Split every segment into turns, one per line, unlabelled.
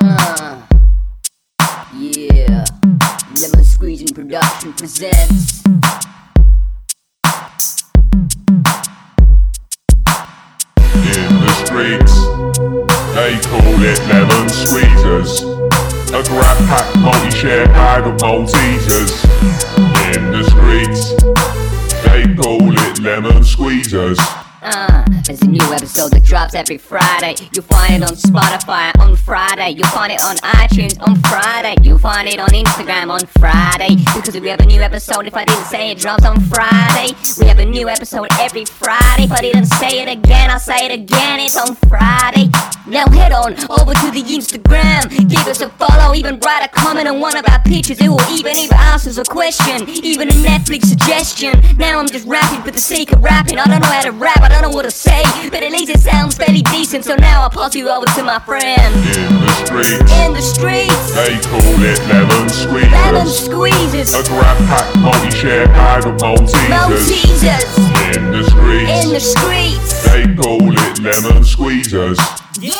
Uh, yeah. Lemon Squeezing Production presents.
in the streets. They call it lemon squeezers. A grab pack multi-share bag of Maltesers. In the streets. They call it lemon squeezers.
Uh, it's a new episode that drops every Friday. You find it on Spotify on Friday. You find it on iTunes on Friday. You find it on Instagram on Friday. Because we have a new episode, if I didn't say it, drops on Friday. We have a new episode every Friday. If I didn't say it again, I'll say it again. It's on Friday. Now head on over to the Instagram. Give us a follow, even write a comment on one of our pictures. It will even if answers a question, even a Netflix suggestion. Now I'm just rapping for the sake of rapping. I don't know how to rap, I don't know what to say, but at least it sounds fairly decent. So now I'll pass you over to my friend
In the streets.
in the streets.
They call it lemon
Lemon
squeezers.
squeezes,
A grab pack multi-share bag of Maltesers.
Maltesers
In the
in the streets.
streets. They call it lemon squeezers.
Yeah,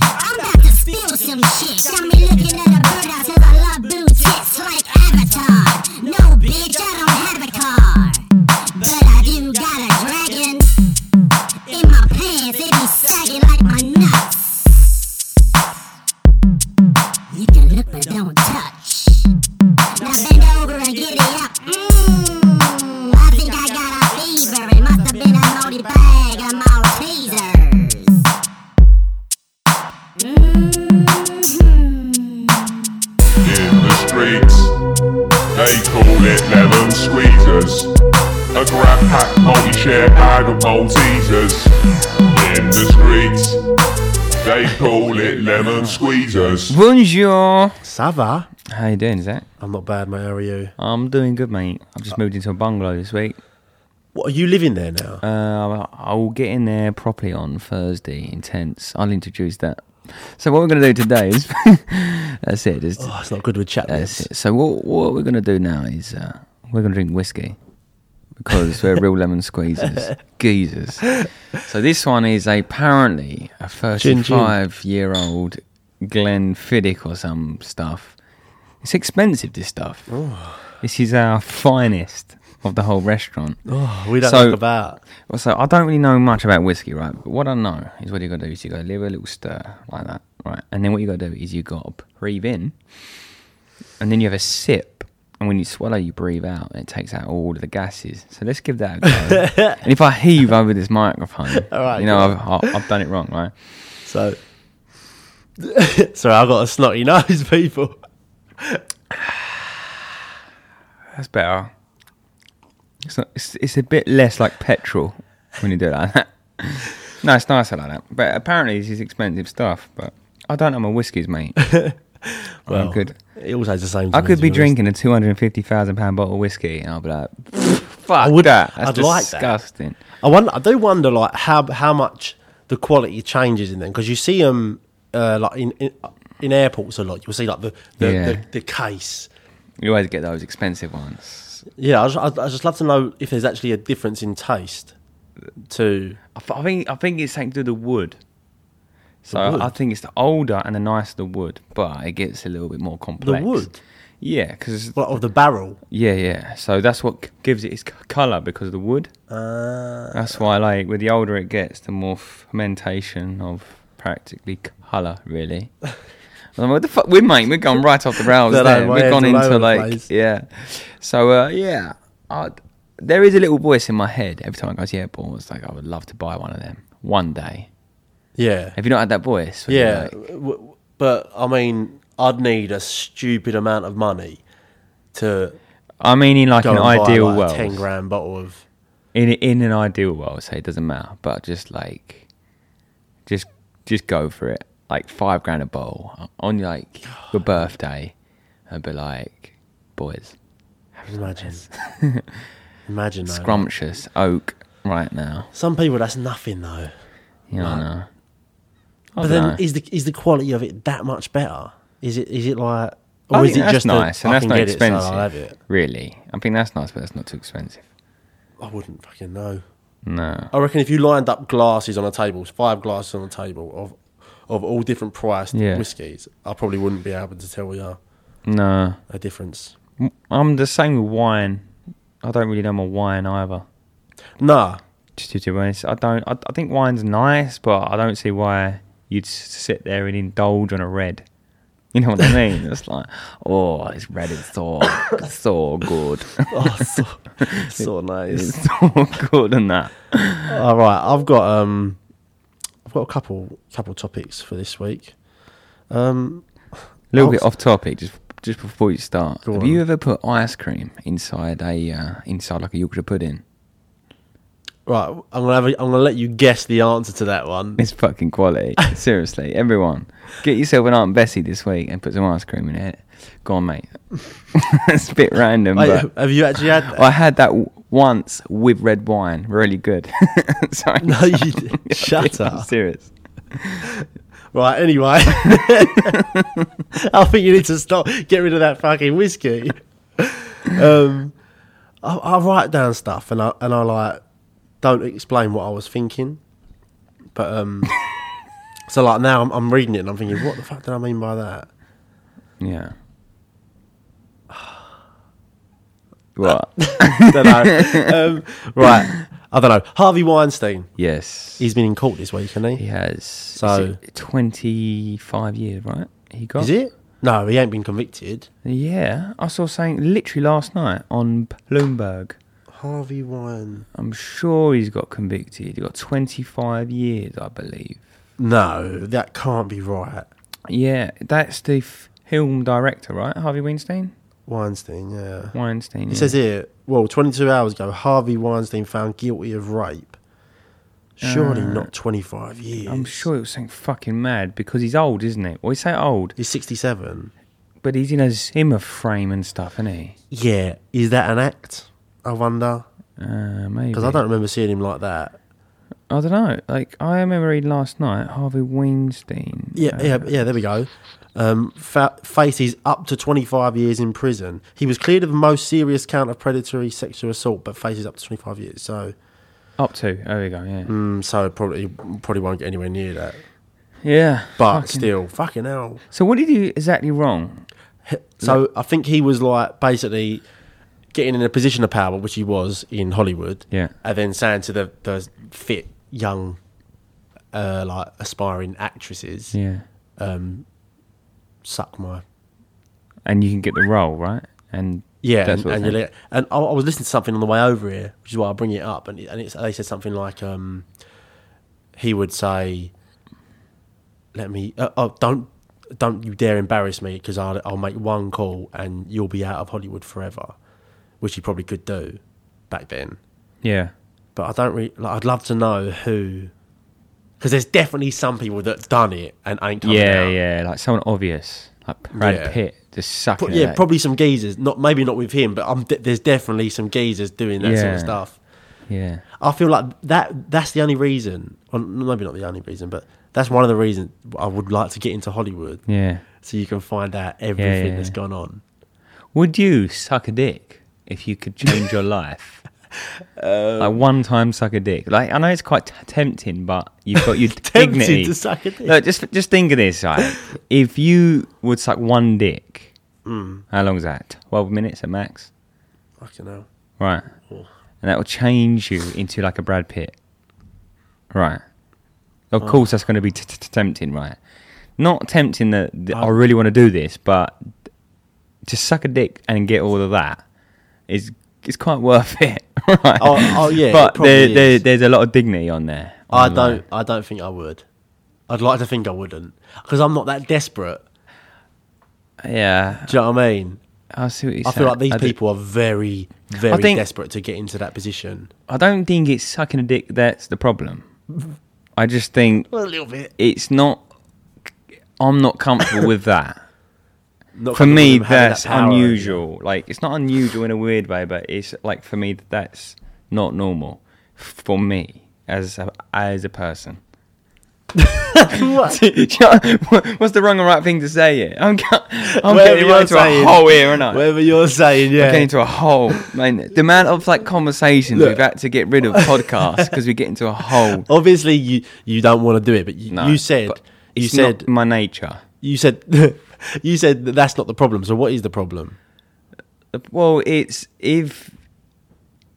I'm about to spill some shit. Got me looking at a birdhouse as I love blue tits like Avatar. No, bitch, I don't have a car, but I do got a dragon in my pants. It be sagging like my nuts. You can look but don't touch. Now bend over and giddy up. Mmm, I think I got a fever. It must have been a naughty bag of Maltesers.
in the streets. They call it lemon squeezers. A grab pack multi-share bag of Maltesers. In the streets. They call it lemon squeezers.
Bonjour.
Sava?
How you doing, Zach?
I'm not bad, mate. How are you?
I'm doing good, mate. I've just moved into a bungalow this week.
What are you living there now?
Uh, I'll get in there properly on Thursday. Intense. I'll introduce that. So what we're going to do today is that's it. Is
oh, it's not good with chat.
that's
this.
it. Uh, So what what we're going to do now is uh, we're going to drink whiskey because we're real lemon squeezers, geezers. So this one is apparently a
gin.
35 year old Glenfiddich or some stuff. It's expensive. This stuff. This is our finest of the whole restaurant.
Oh, we don't
So-
talk about.
Well, So I don't really know much about whiskey, right? But what I know is what you got to do is you got to leave a little stir like that, right? And then what you got to do is you got to breathe in, and then you have a sip, and when you swallow, you breathe out, and it takes out all of the gases. So let's give that a go. and if I heave over this microphone,
All right,
you know
go
I've, I've, I've done it wrong, right?
So, sorry, I've got a snotty nose, people.
That's better. It's not. It's, it's a bit less like petrol when you do it like that. no, it's nicer like that. But apparently, this is expensive stuff. But I don't know my whiskies, mate. I'm good.
It always has the same.
I
taste,
could
to
be
honest.
drinking a two hundred and fifty thousand pound bottle of whiskey, and I'll be like, "Fuck
would-
that! That's
I'd like that.
disgusting."
I wonder. I do wonder, like how how much the quality changes in them because you see them uh, like in, in in airports a lot. You'll see like the the,
Yeah.
the, the case.
You always get those expensive ones.
Yeah, I just, I, I just love to know if there's actually a difference in taste. To
I, th- I think I think it's something to do with the wood. So
wood?
I think it's the older and the nicer the wood, but it gets a little bit more complex.
wood?
yeah, because
well, of the barrel.
Yeah, yeah. So that's what c- gives it its c- color because of the wood.
Uh,
That's why, like, with the older it gets, the more fermentation of practically color, really. I'm like, what the fuck, we mate, we're gone right off the rails
No, no,
there.
my
We've
head's
gone
all over
into
the
like,
place.
yeah. So uh, yeah, i there is a little voice in my head every time I go to the airport. It's like I would love to buy one of them one day.
yeah.
Have you not had that voice? Where you're
Yeah,
like,
w- w- but I mean, I'd need a stupid amount of money to
I mean, in like
go
an
and buy
ideal
like, a
world,
ten grand bottle of.
in in an ideal world, say it doesn't matter, but just like, just just go for it. Like five grand a bowl on like your birthday, and be like, boys,
Imagine, imagine. though.
scrumptious oak right now.
Some people that's nothing though.
You know, I know. I
But
don't
then,
know.
is the is the quality of it that much better? Is it is it like,
I
or is
think that's
it just a,
nice and
I
that's
can
not
get it, so I'll
expensive?
have it.
Really, I think that's nice, but that's not too expensive.
I wouldn't fucking know.
No,
I reckon if you lined up glasses on a table, five glasses on a table of of all different priced
Yeah.
whiskies, I probably wouldn't be able to tell you
No,
a difference.
I'm the same with wine. I don't really know my wine either.
Nah,
Just to be honest, I don't. I, I think wine's nice, but I don't see why you'd s- sit there and indulge on a red. You know what I mean? It's like, oh, it's red. It's so, it's so good.
oh, so, so nice.
It's so good and that.
All right, I've got um, I've got a couple couple topics for this week.
A little
Oh,
bit
so-
off topic, just just before you start.
Go
Have
on.
you ever put ice cream inside a uh, inside like a Yorkshire pudding?
Right, I'm gonna have a, I'm gonna let you guess the answer to that one.
It's fucking quality. Seriously, everyone, get yourself an Aunt Bessie this week and put some ice cream in it. Go on, mate. it's a bit random,
Wait,
but
have you actually had?
I had that w- once with red wine. Really good. Sorry.
No, you did. Shut
I'm
up.
serious.
Right, anyway. I think you need to stop. Get rid of that fucking whiskey. Um, I, I write down stuff and I and I like don't explain what I was thinking, but um, so like now I'm, I'm reading it and I'm thinking, what the fuck did I mean by that?
Yeah. What?
Don't know. um, right, I don't know. Harvey Weinstein.
yes.
He's been in court this week, hasn't he?
He has
So-
so twenty five years, right? He got
Is it? No, he ain't been convicted.
Yeah, I saw something literally last night on Bloomberg.
Harvey Wine.
I'm sure he's got convicted. He got twenty five years, I believe.
No, that can't be right.
Yeah, that's the f- film director, right? Harvey Weinstein.
Weinstein, yeah.
Weinstein.
It says here, well, 22 hours ago, Harvey Weinstein found guilty of rape. Surely not 25 years.
Uh, I'm sure it was something fucking mad because he's old, isn't he? Well, he's so old,
He's 67.
but he's in a Zimmer frame and stuff, isn't he?
Yeah. Is that an act? I wonder.
Uh, maybe.
Because I don't remember seeing him like that.
I don't know. Like I remember reading last night, Harvey Weinstein.
Yeah,
uh,
yeah, yeah, there we go. Um, fa- faces up to 25 years in prison. He was cleared of the most serious count of predatory sexual assault, but faces up to 25 years. So,
Up to. There we go. Yeah.
mm, so probably probably won't get anywhere near that.
Yeah.
But
fucking-
still, fucking hell.
So what did you exactly wrong?
So I think he was like basically getting in a position of power, which he was in Hollywood.
Yeah.
And then saying to the, the fit young, uh, like aspiring actresses,
Yeah.
suck my.
And you can get the role, right? And
Yeah,
that
and,
sort of
and,
thing.
you're like- and I, I was listening to something on the way over here, which is why I bring it up. And, it- and it's, they said something like, um, he would say, "Let me, uh, oh, don't, don't you dare embarrass me, because I'll, I'll make one call and you'll be out of Hollywood forever," which he probably could do back then.
yeah.
But I don't really. Like, I'd love to know who, because there's definitely some people that's done it and ain't coming
Yeah,
out.
yeah. Like someone obvious, like Brad
Yeah.
Pitt, just
Pro-
sucking. at
yeah,
it.
probably some geezers. Not maybe not with him, but I'm de- there's definitely some geezers doing that sort
Yeah.
of stuff.
Yeah.
I feel like that that's the only reason, or maybe not the only reason, but that's one of the reasons I would like to get into Hollywood
Yeah.
so you can find out everything
yeah,
that's
yeah.
gone on.
Would you suck a dick if you could change your life?
Um,
like one time, suck a dick. Like I know it's quite t- tempting, but you've got your
Tempted
dignity.
to suck a dick.
Look, just just think of this. Right? if you would suck one dick,
Hmm.
how long's that? Twelve minutes at max,
Fucking hell.
right? And that will change you into like a Brad Pitt, right? Of course, that's going to be t- t- tempting, right? Not tempting that, that
Uh,
I really want to do this, but to suck a dick and get all of that is is quite worth it, right?
Oh, oh, yeah, it
but
probably
there, there,
is.
there's a lot of dignity on there.
I
on the line.
don't. I don't think I would. I'd like to think I wouldn't because I'm not that desperate.
Yeah,
Do you know what I mean?
I see what you're
I
saying.
feel like these
do-
people are very, very
think-
desperate to get into that position.
I don't think it's sucking a dick that's the problem. I just think
A little bit.
it's not. I'm not comfortable with that.
Not
For
comfortable
me,
with them having
that's
that power.
unusual. Like, it's not unusual in a weird way, but it's like for me, that's not normal for me as a, as a person.
What?
Do you know- What's the wrong and right thing to say here? I'm, ca- I'm
Whatever
getting
you're
right into
saying.
a hole here, aren't I?
Whatever you're saying, yeah.
Getting into a hole, man. The amount of like conversations
Look.
we've had to get rid of podcasts because we get into a hole.
Obviously, you you don't want to do it, but you,
No,
you said
but-
You
It's
said
not my nature.
you said you said that that's not the problem. So what is the problem?
Well, it's if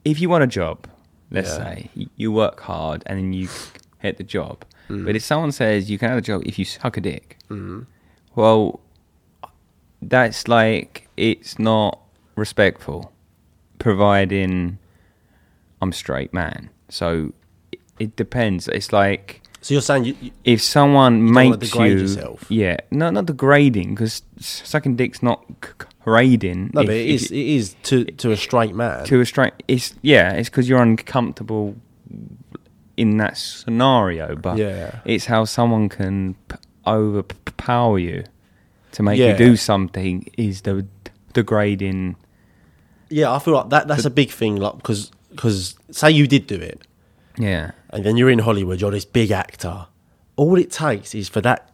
if you want a job, let's
Yeah.
say y- you work hard and then you hit the job.
Mm.
But if someone says you can have a job if you suck a dick,
Mm-hmm.
well, that's like it's not respectful. Providing I'm a straight man, so it, it depends. It's like
So you're saying you, you
if someone
wanna
makes
degrade
you,
yourself.
yeah, no, not degrading because sucking dick's not c- grading.
no,
if-
but it
if
is it is to to a straight man.
to a straight. It's yeah, it's because you're uncomfortable in that scenario, but
Yeah.
it's how someone can p- overpower you to make
Yeah.
you do something is the degrading.
yeah, I feel like that that's a big thing. Like because say you did do it,
Yeah,
and then you're in Hollywood, you're this big actor. All it takes is for that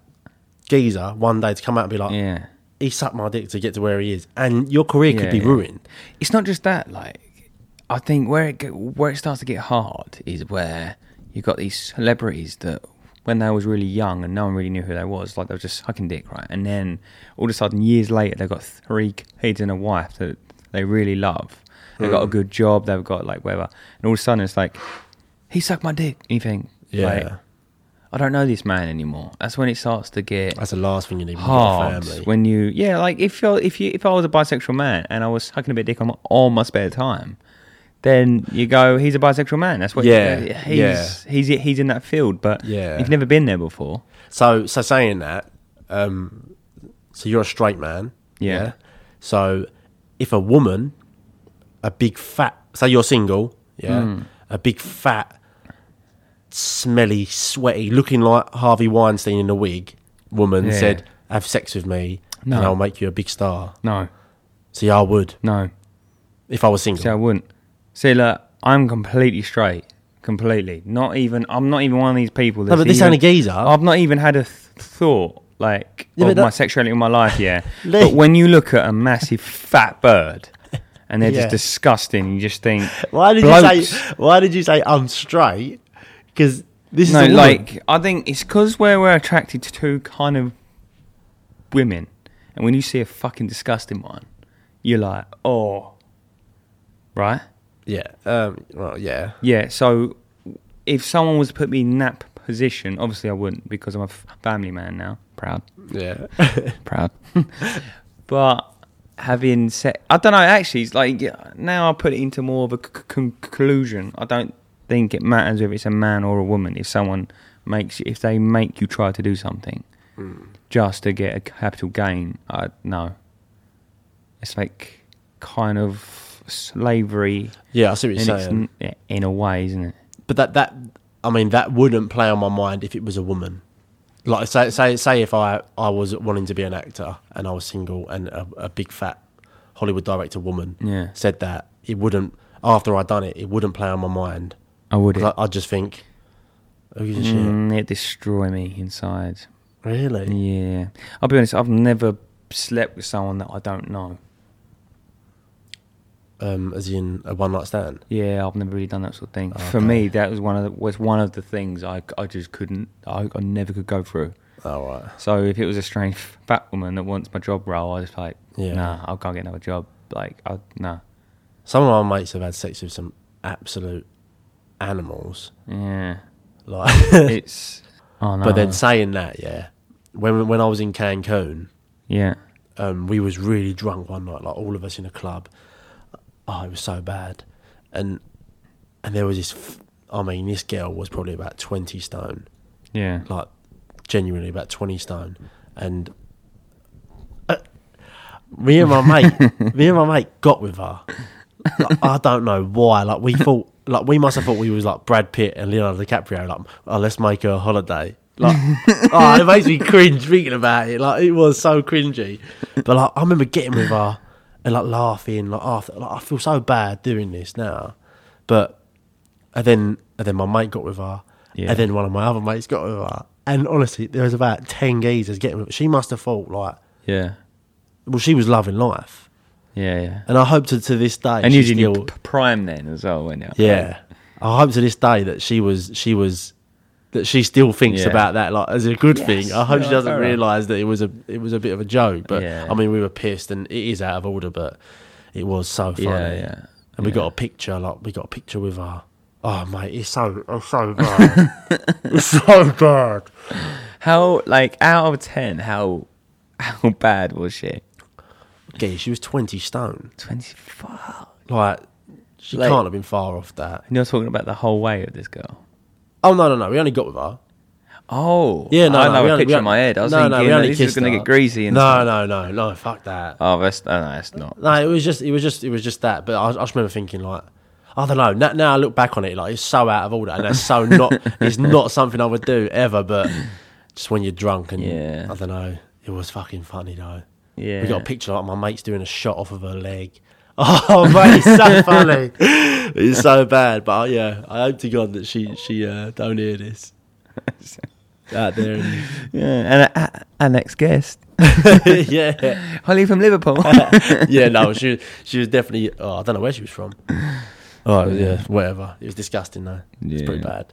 geezer one day to come out and be like,
yeah.
he sucked my dick to get to where he is, and your career could
Yeah,
be
yeah.
ruined.
It's not just that. Like, I think where it go- where it starts to get hard is where you got these celebrities that. When they was really young and no one really knew who they was, like they were just sucking dick, right? And then all of a sudden, years later, they've got three kids and a wife that they really love. They've got a good job. They've got like whatever. And all of a sudden, it's like he sucked my dick. And you think, yeah, I don't know this man anymore. That's when it starts to get
that's the last thing you need. when you've got a
hard
family.
when you yeah like if you're if you if I was a bisexual man and I was sucking a bit of dick on my, all my spare time then you go he's a bisexual man that's what
Yeah,
you, he's,
yeah.
he's he's in that field but
Yeah.
you've never been there before
So, so saying that, um, so you're a straight man.
Yeah.
So, if a woman, a big fat, say you're single, yeah,
Mm.
a big fat, smelly, sweaty, looking like Harvey Weinstein in a wig, woman
Yeah.
said, "Have sex with me,
No.
and I'll make you a big star."
no
See, I would
no
if I was single.
see I wouldn't see look I'm completely straight completely not even I'm not even one of these people
no, but this
even,
ain't a geezer.
I've not even had a th- thought like
Yeah,
of
but that-
my sexuality in my life yeah.
Lee.
but when you look at a massive fat bird and they're
Yeah.
just disgusting, you just think,
why did you
blokes.
say? Why did you say I'm straight? Because this
No,
is a woman.
like I think it's because where we're attracted to two kind of women, and when you see a fucking disgusting one, you're like, oh, right,
yeah, um, well, yeah.
yeah. So if someone was to put me in that position, obviously I wouldn't because I'm a f- family man now, proud.
Yeah.
proud. but having said, I don't know. Actually, it's like yeah, now I put it into more of a c- c- conclusion. I don't think it matters if it's a man or a woman. If someone makes, if they make you try to do something just to get a capital gain, I no. It's like kind of slavery
yeah, I see what
in,
you're
its,
saying.
n- in a way, isn't it?
But that that I mean that wouldn't play on my mind if it was a woman. Like say say say if I I was wanting to be an actor and I was single and a, a big fat Hollywood director woman
Yeah.
said that it wouldn't after I'd done it it wouldn't play on my mind.
I would.
'Cause
It,
I, I'd just think, oh you shit,
mm, it destroy me inside.
really?
Yeah, I'll be honest. I've never slept with someone that I don't know.
Um, as in a one night stand.
Yeah, I've never really done that sort of thing. For me, that was one of the, was one of the things I, I just couldn't I, I never could go through.
All Oh, right.
So if it was a strange fat woman that wants my job role, I just like
Yeah.
nah, I can't get another job. Like I nah.
Some of my mates have had sex with some absolute animals.
Yeah,
Like,
it's oh no.
but then saying that, yeah, when when I was in Cancun.
yeah,
um, we was really drunk one night, like all of us in a club. Oh, it was so bad, and and there was this. f- I mean, this girl was probably about twenty stone,
yeah,
like genuinely about twenty stone, and uh, me and my mate, me and my mate got with her. Like, I don't know why. Like we thought, like we must have thought we was like Brad Pitt and Leonardo DiCaprio. Like, oh, let's make her a holiday. Like, oh, it makes me cringe thinking about it. Like, it was so cringy. But like, I remember getting with her and like laughing. Like, after, like I feel so bad doing this now. But and then and then my mate got with her,
Yeah.
and then one of my other mates got with her. And honestly, there was about ten geezers getting with her. She must have thought like,
yeah,
well, she was loving life.
yeah, yeah.
And I hope to, to this day,
And
she
you did
still-
your prime then as well, weren't you?
yeah. I hope to this day that she was she was that she still thinks
Yeah.
about that like as a good thing. I hope
No,
she doesn't
fair enough.
realise that it was a it was a bit of a joke. But
Yeah.
I mean, we were pissed, and it is out of order, but it was so funny.
Yeah, yeah.
And we got a picture, like we got a picture with our. Oh mate, it's so it's so bad. it's so bad.
How like out of ten? How how bad was she?
Okay, she was twenty stone.
Twenty five.
Like she
Like-
can't have been far off that.
And you're talking about the whole way of this girl.
Oh no no no, we only got with her.
Oh,
Yeah, no,
I
no,
know
we
a
only- we
picture in
only-
my head. I was
no, no,
thinking
we
no,
only
this is
kissed
going to
her.
get greasy. And
No
stuff.
no no no, fuck that.
Oh, that's no, no, that's not.
No, it was just it was just it was just that. But I, I just remember thinking like. I don't know. Now, now I look back on it, like it's so out of order, and that's so not. it's not something I would do ever. But just when you're drunk and
Yeah.
I don't know, it was fucking funny though.
Yeah.
we got a picture like my mate's doing a shot off of her leg. Oh mate, it's so funny. it's so bad. But uh, yeah, I hope to God that she she uh, don't hear this out there. And,
Yeah, and uh, our next guest,
yeah.
Holly from Liverpool.
yeah, no, she she was definitely. Oh, I don't know where she was from. Oh yeah, whatever. It was disgusting though. It's pretty
Yeah.
bad.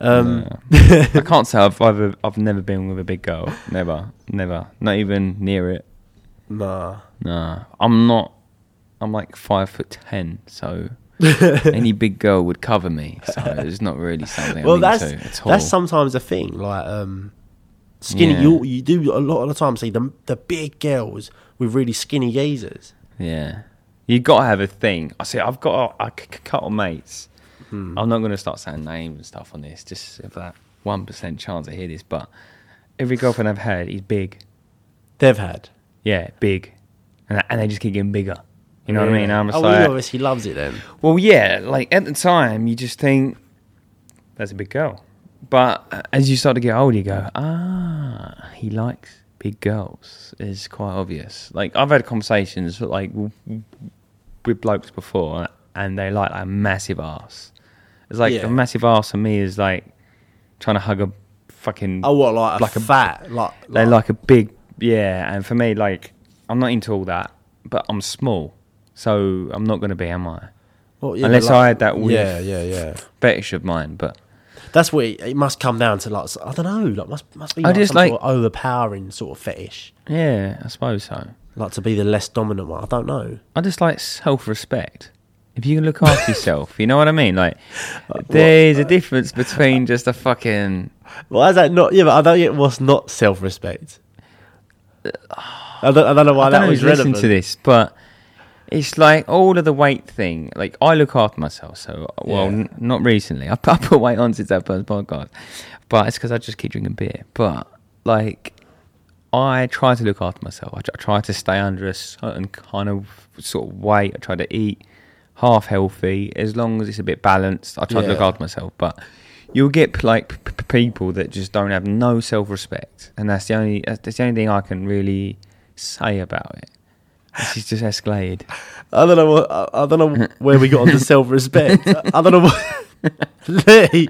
Um,
I can't say I've I've, I've never been with a big girl. Never, never, not even near it.
nah.
Nah, I'm not. I'm like five foot ten, so any big girl would cover me. So it's not really something.
Well,
I'm
that's
into at all.
that's sometimes a thing. Like um, skinny.
Yeah.
You you do a lot of the time see the the big girls with really skinny geezers.
yeah. You gotta have a thing. I see. I've got a, a c- c- couple mates.
Hmm.
I'm not gonna start saying names and stuff on this, just for that one percent chance I hear this. But every girlfriend I've had is big.
They've had.
Yeah, big, and and they just keep getting bigger. You know what I mean? I'm just
oh,
like,
he obviously loves it then.
Well, yeah, like at the time, you just think that's a big girl. But uh, as you start to get older, you go, ah, he likes big girls. It's quite obvious. Like I've had conversations like w- w- with blokes before, and they like a massive ass. It's like
Yeah.
a massive ass for me is like trying to hug a fucking.
Oh, what like a
Like a-
fat like
They like a big, yeah. And for me, like I'm not into all that, but I'm small, so I'm not going to be, am I?
well, yeah,
unless
but, like-
I had that weird
Yeah, yeah, yeah.
fetish of mine, but
That's what it, it must come down to. Like I don't know. Like must must be.
I
Like,
just
some
like-
sort of overpowering sort of fetish.
yeah, I suppose so.
like to be the less dominant one. I don't know.
I just like self respect. If you can look after yourself, you know what I mean? Like,
Uh,
there's a difference between just a fucking.
Why is that not? Yeah, but I don't get what's not self-respect. I don't, I don't know why
I
that
don't know
was
who's listening
relevant.
to this, but it's like all of the weight thing. Like, I look after myself, so, well,
Yeah.
n- not recently. I put, I put weight on since that first podcast, but it's because I just keep drinking beer. But, like, I try to look after myself. I tr- I try to stay under a certain kind of sort of weight. I try to eat half healthy, as long as it's a bit balanced. I try to look
Yeah.
after myself, but you'll get p- like p- p- people that just don't have no self respect, and that's the only that's that's the only thing I can really say about it. This is just escalated.
I don't know. What, I, I don't know where we got onto self-respect. I, I don't know. What, Lee.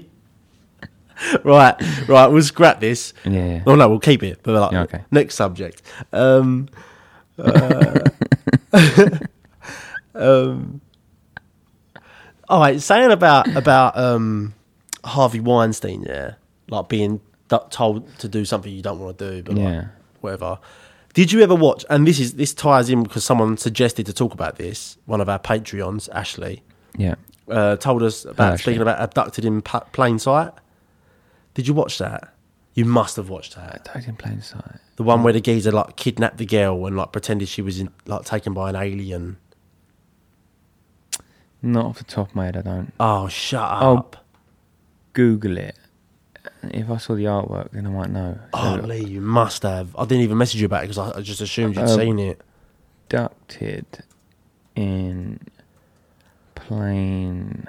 Right, right. We'll scrap this.
Yeah.
Oh no, we'll keep it. But like,
Yeah, okay.
next subject. Um, uh, um, all right. Saying about about um, Harvey Weinstein, yeah, like being d- told to do something you don't want to do, but
Yeah.
like, whatever. Did you ever watch? And this is this ties in because someone suggested to talk about this. One of our Patreons, Ashley,
Yeah,
uh, told us about
Ashley.
speaking about abducted in pa- plain sight. Did you watch that? You must have watched that.
totally in plain sight.
The one
Mm.
where the geezer like kidnapped the girl and like pretended she was in, like taken by an alien.
Not off the top of my head, I don't.
Oh, shut
Oh.
up!
Google it. If I saw the artwork, then I might know.
Oh, Lee, you must have. I didn't even message you about it because I, I just assumed you'd
Um,
seen it.
Abducted in plain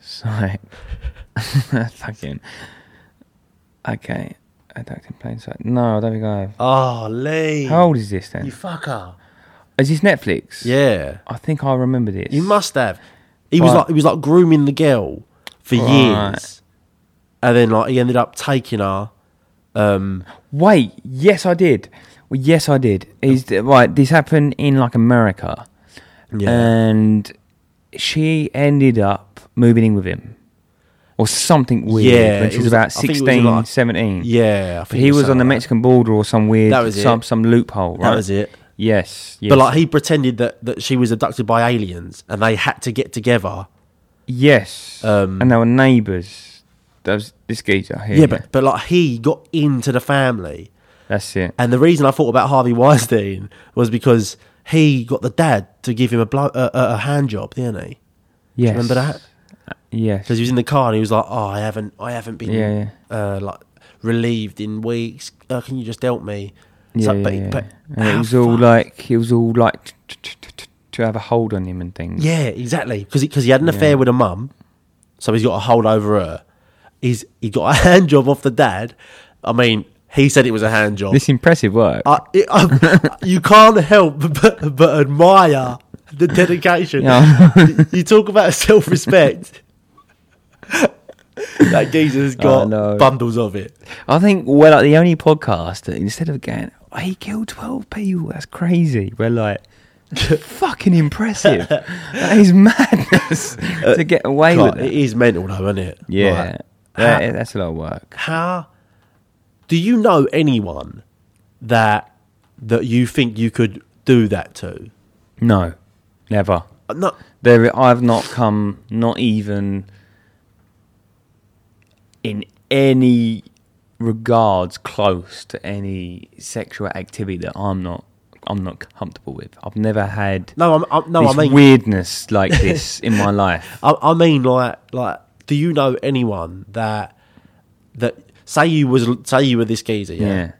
sight. Fucking. Okay. Abducted in plain sight. No, I don't think I have.
Oh, Lee,
How old is this then?
you fucker!
Is this Netflix?
Yeah,
I think I remember this.
you must have. He was
But-
like he was like grooming the girl for
Right.
years, and then like he ended up taking her. Um,
Wait, yes, I did. Well, yes, I did. Is th- right. This happened in like America,
yeah,
Um, and she ended up moving in with him. or something weird
Yeah,
when
it
she was,
was- I
about
think it was
16,
like-
17.
Yeah, I think
He was on the
something like
Mexican border or some weird
That was it.
some some loophole,
that.
right?
That was it.
Yes, yes.
But like he pretended that, that she was abducted by aliens and they had to get together.
yes.
Um,
and they were neighbours. That was this geezer here.
Yeah, but but like he got into the family.
that's it.
And the reason I thought about Harvey Weinstein was because he got the dad to give him a blow, a, a a hand job, didn't he?
Yes.
remember that?
Yes.
Because he was in the car and he was like, "Oh, I haven't, I haven't been,
Yeah,
Uh, like relieved in weeks. Uh, can you just help me?" It's
yeah,
like, but,
yeah, yeah.
but
and it
how
was all
fu-
like it was all like t- t- t- t- t- to have a hold on him and things.
yeah, exactly. Because because he, had an affair
Yeah.
with a mum, so he's got a hold over her. He's he got a hand job off the dad. I mean, he said it was a hand job.
This impressive work.
I, it, I, you can't help but, but admire the dedication.
Yeah.
You- you talk about self respect. that geezer's got
know.
bundles of it.
I think we're like the only podcast that instead of going, "Oh, he killed 12 people, that's crazy, we're like, fucking impressive. that is madness
Uh,
to get away
God,
with
it
it.
is mental though, isn't it?
Yeah.
Like,
That- that's a lot of work.
how do you know anyone that that you think you could do that to? Uh,
No, never.
No,
There, I've not come, not even in any regards close to any sexual activity that I'm not, I'm not comfortable with. I've never had
no, I'm, i no,
this
I mean,
weirdness like this in my life.
I, I mean, like, like, do you know anyone that that say you was say you were this geezer, yeah,
Yeah.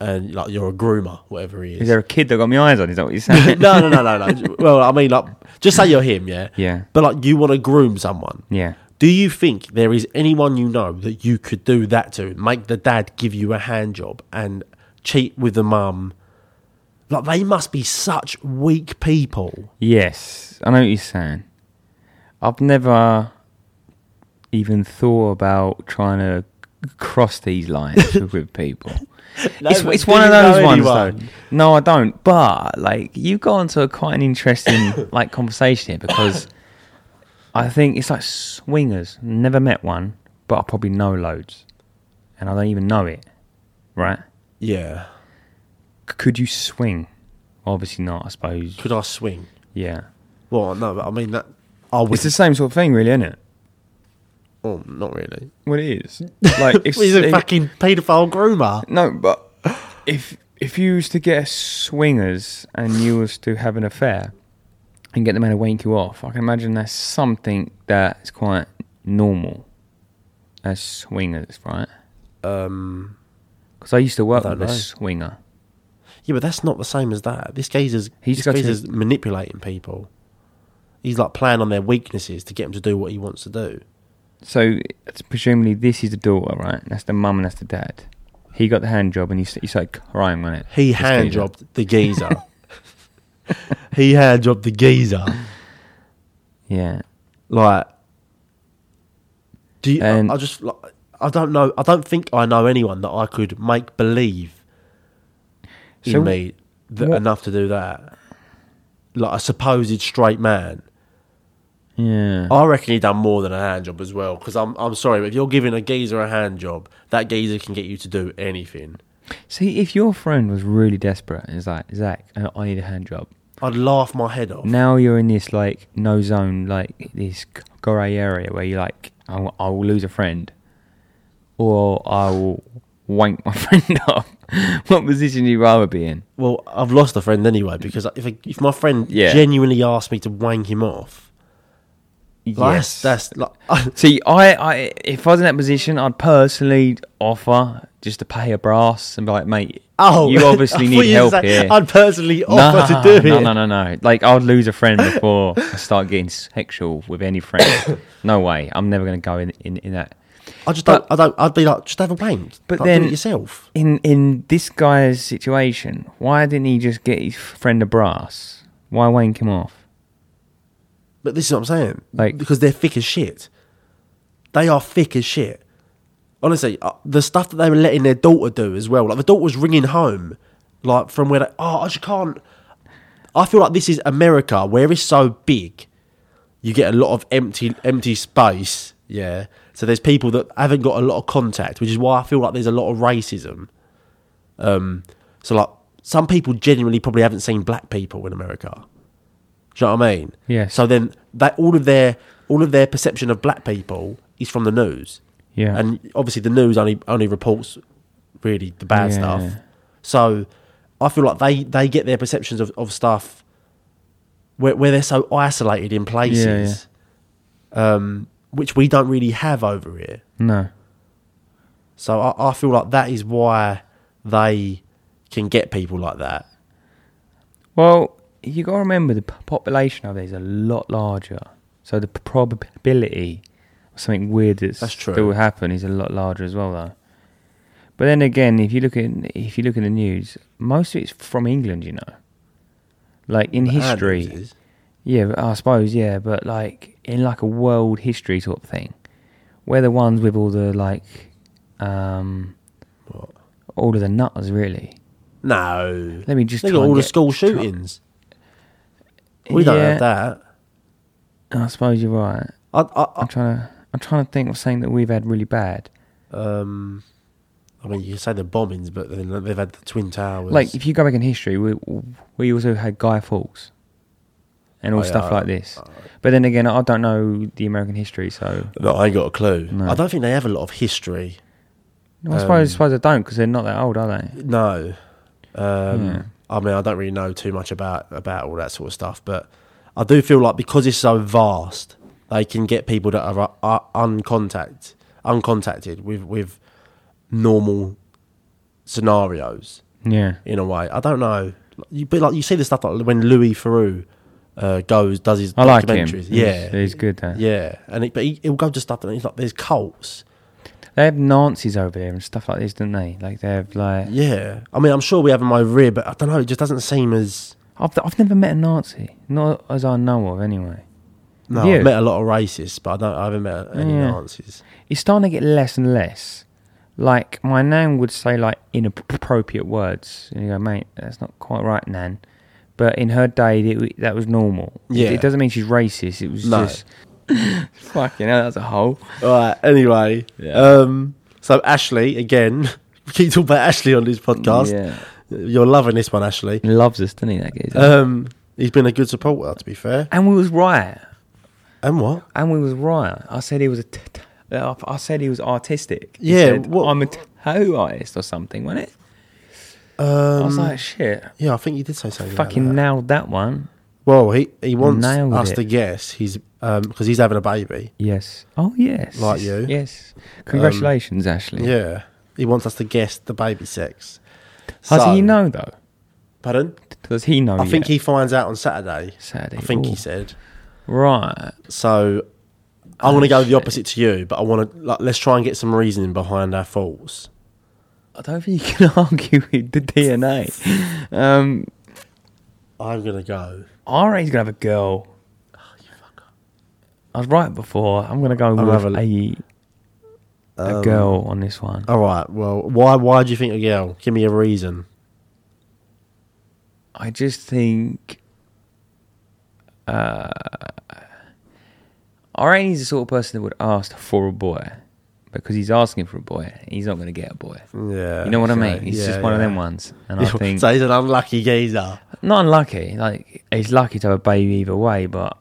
and like you're a groomer, whatever he is.
Is there a kid that got my eyes on? Is that what you're saying?
no, no, no, no, no. Well, I mean, like, just say you're him, yeah,
Yeah.
But like, you want to groom someone,
Yeah.
Do you think there is anyone you know that you could do that to? Make the dad give you a hand job and cheat with the mum? Like they must be such weak people.
Yes. I know what you're saying. I've never even thought about trying to c- cross these lines with- with people. it's
but
it's
do
one of
you know
those ones,
anyone?
though. No, I don't. But like, you've got into a quite an interesting like conversation here because I think it's like swingers. Never met one, but I probably know loads, and I don't even know it. Right?
Yeah.
C- Could you swing? Obviously not. I suppose.
Could I swing?
Yeah.
Well, no, but I mean that. I would.
It's the same sort of thing, really, isn't it?
oh, not really.
Well, it is. Like, if,
He's a
if-
fucking paedophile groomer.
no, but if if you was to get swingers and you was to have an affair and get the man to wank you off, I can imagine that's something that's quite normal as swingers, right?
Um.
Because I used to work
I
with
don't
a
know.
swinger.
Yeah, but that's not the same as that. This geezer's
He's
this
got to-
geezer's manipulating people. He's like playing on their weaknesses to get them to do what he wants to do.
So it's presumably this is the daughter, right? That's the mum and that's the dad. He got the hand job and he, s- he started crying on it.
He
This
hand
geezer.
jobbed the geezer. he hand jobbed the geezer.
Yeah.
Like, do you,
And-
I, I just like, I don't know. I don't think I know anyone that I could make believe in
So
me that
what-
enough to do that. Like a supposed straight man.
Yeah.
I reckon he done more than a hand job as well. Because I'm, I'm sorry, but if you're giving a geezer a hand job, that geezer can get you to do anything.
See, if your friend was really desperate and is like, Zach, uh, I I need a hand job.
I'd laugh my head off.
Now you're in this like no zone, like this grey area where you're like, I will, I will lose a friend, or I will wank my friend up. what position do you rather be in?
Well, I've lost a friend anyway because if a, if my friend
Yeah.
genuinely asked me to wank him off, like, that's, that's like,
See, I, I, if I was in that position, I'd personally offer just to pay a brass and be like, mate,
oh,
you
I
obviously
thought
need
you
help
were saying,
here.
I'd personally
no,
offer to do
no,
it.
no, no, no. Like, I'd lose a friend before I start getting sexual with any friend. no way. I'm never going to go in, in, in that.
I just
But-
don't. I don't. I'd be like, just have a wank.
But
Like, do
then
it yourself.
In in this guy's situation, why didn't he just get his friend a brass? Why wank him off?
But this is what I'm saying.
Like-
because they're thick as shit. They are thick as shit. Honestly, uh, the stuff that they were letting their daughter do as well. Like the daughter was ringing home, like from where they. Oh, I just can't. I feel like this is America, where it's so big, you get a lot of empty empty space. Yeah, So there's people that haven't got a lot of contact, which is why I feel like there's a lot of racism. Um, so like some people genuinely probably haven't seen black people in America. Do you know what I mean?
Yes.
So then that all of their all of their perception of black people is from the news.
Yeah.
And obviously the news only only reports really the bad
Yeah.
stuff. So I feel like they they get their perceptions of, of stuff where where they're so isolated in places. Um which we don't really have over here.
No.
So I, I feel like that is why they can get people like that.
Well, you got to remember the p- population of it is a lot larger, so the p- probability of something weird that's
That's true.
that will happen is a lot larger as well, though. But then again, if you look at if you look at the news, most of it's from England, you know. Like in history,
And it is-
yeah, but I suppose, yeah, but like in like a world history sort of thing, we're the ones with all the like, um,
What?
all of the nutters, really.
No.
Let me just
Look at
try and
all the
get-
school
try-
shootings. We don't
Yeah.
have that.
I suppose you're right.
I, I,
I'm trying to I'm trying to think of something that we've had really bad.
I, um, I mean, you say the bombings, but then they've had the twin towers.
Like if you go back in history, we we also had Guy Fawkes and all
Oh, yeah,
stuff
I-
like this. but then again, I don't know the American history, so
no, I ain't got a clue.
No.
I don't think they have a lot of history.
I
Um,
suppose I suppose I don't because they're not that old, are they?
No. Um,
Yeah.
I mean, I don't really know too much about about all that sort of stuff, but I do feel like because it's so vast, they can get people that are, are uncontact, uncontacted with with normal scenarios.
Yeah,
in a way. I don't know. You, but like you see the stuff like when Louis Theroux uh, goes does his
I like him.
documentaries.
He's-
Yeah,
he's good. Though.
yeah, and it, but he, he'll go to stuff and he's like, "There's cults."
They have Nazis over there and stuff like this, don't they? Like they have like
Yeah, I mean, I'm sure we have them over here, but I don't know. It just doesn't seem as
I've I've never met a Nazi, not as I know of anyway.
no.
Yeah.
I've met a lot of racists, but I don't. I haven't met any
Yeah.
Nazis.
it's starting to get less and less. Like my nan would say like inappropriate words, and you go, mate, that's not quite right, nan. But in her day, it, w- that was normal. It-
Yeah.
it, doesn't mean she's racist. It was
No.
just fucking hell. That's a hole.
All right. Anyway, um, so Ashley again. We keep talking about Ashley on this podcast.
Yeah,
You're loving this one, Ashley.
He loves us, doesn't he? That kid.
Um, he's been a good supporter, to be fair.
Uh, and we was right.
And what?
And we was right. I said he was a. T- t- uh, I said he was artistic. He
Yeah,
said,
what-
I'm a tattoo artist or something, wasn't it? I was
Um,
like, shit,
yeah, I think you did say something. about
fucking
that.
nailed that one.
Well, he, he wants
Nailed
us
it.
to guess he's because he's having a baby.
Yes. Oh, yes.
Like you. Um,
Yes. Congratulations, Ashley.
Yeah, he wants us to guess the baby sex.
Does
So-
he know though?
Pardon?
Does he know?
I think
yet?
he finds out on Saturday.
Saturday,
I think
ooh.
he said.
Right.
So I want to go
Oh,
the
shit.
opposite to you, but I want to like let's try and get some reasoning behind our thoughts.
I don't think you can argue with the DNA. Um,
I'm gonna go.
RA's gonna have a girl. Oh, I was right before. I'm gonna go with
have a Um, uh,
a, a, girl on this one.
All right. Well, why why do you think a girl? Give me a reason.
I just think uh, RA is the sort of person that would ask for a boy because he's asking for a boy. He's not gonna get a boy.
Yeah.
You know what I
so,
mean? He's just
yeah,
one of
yeah.
them ones. And I think
so he's an unlucky geezer.
not unlucky. Like he's lucky to have a baby either way, but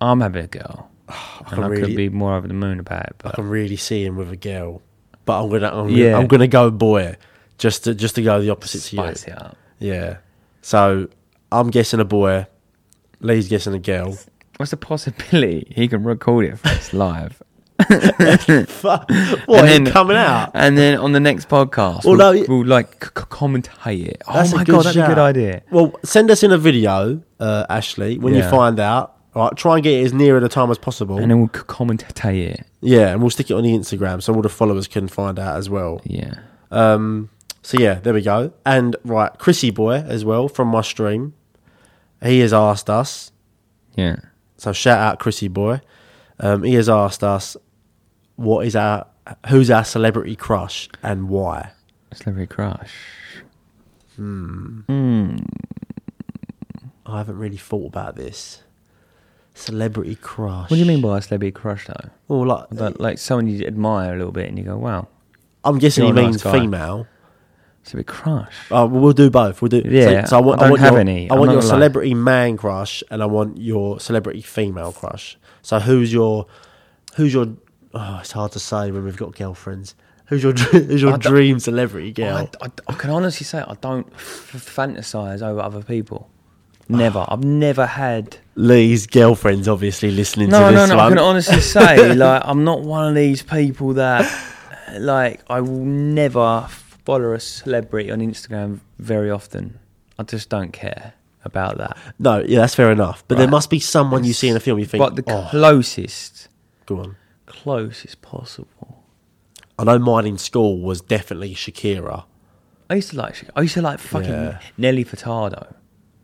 I'm having a girl, and I
really-
could be more over the moon about it. But
I'm really seeing with a girl, but I'm gonna I'm, gonna-
Yeah.
I'm gonna go boy just to just to go the opposite
spice
to
it up.
you. Yeah. So I'm guessing a boy. Lee's guessing a girl.
What's the possibility he can record it for us live?
Fuck. What?
And
it coming out?
and then on the next podcast, we'll,
Well, no, y-
we'll like c- c- commentate it. Oh
That's
my
a good
god, that'd be a
shout.
good idea.
Well, send us in a video, uh, Ashley, when you
Yeah.
find out. All right, try and get it as near the time as possible.
And then we'll c- commentate it.
yeah, and we'll stick it on the Instagram so all the followers can find out as well.
Yeah,
Um, so yeah, there we go. And right, Chrissy Boy as well from my stream. He has asked us
yeah.
So shout out Chrissy Boy. Um, he has asked us what is our who's our celebrity crush and why.
Celebrity crush.
I haven't really thought about this. celebrity crush.
What do you mean by a celebrity crush, though?
Well, like,
Like, like someone you admire a little bit, and you go, "Wow,
I'm guessing
you're
you
a
mean
nice guy.
female.
celebrity crush."
Oh, well, we'll do both. We'll do.
Yeah,
So, so I, want,
I don't
want
have
your,
any.
I
I'm
want
not
your
gonna lie.
celebrity man crush, and I want your celebrity female crush. So who's your, who's your? Oh, it's hard to say when we've got girlfriends. Who's your dr- who's your
don't-
dream celebrity girl?
I, I, I can honestly say I don't f- fantasize over other people. Never. I've never had.
Lee's girlfriend's obviously listening
No,
to
no,
this
no. I
one.
can honestly say, like, I'm not one of these people that, like, I will never follow a celebrity on Instagram very often. I just don't care about that.
no, yeah, that's fair enough. But there
Right.
must be someone you see in a film you think,
But the
oh,
closest,
go on.
closest possible.
I know mine in school was definitely Shakira.
I used to like. Shak- I used to like fucking
Yeah.
Nelly Furtado.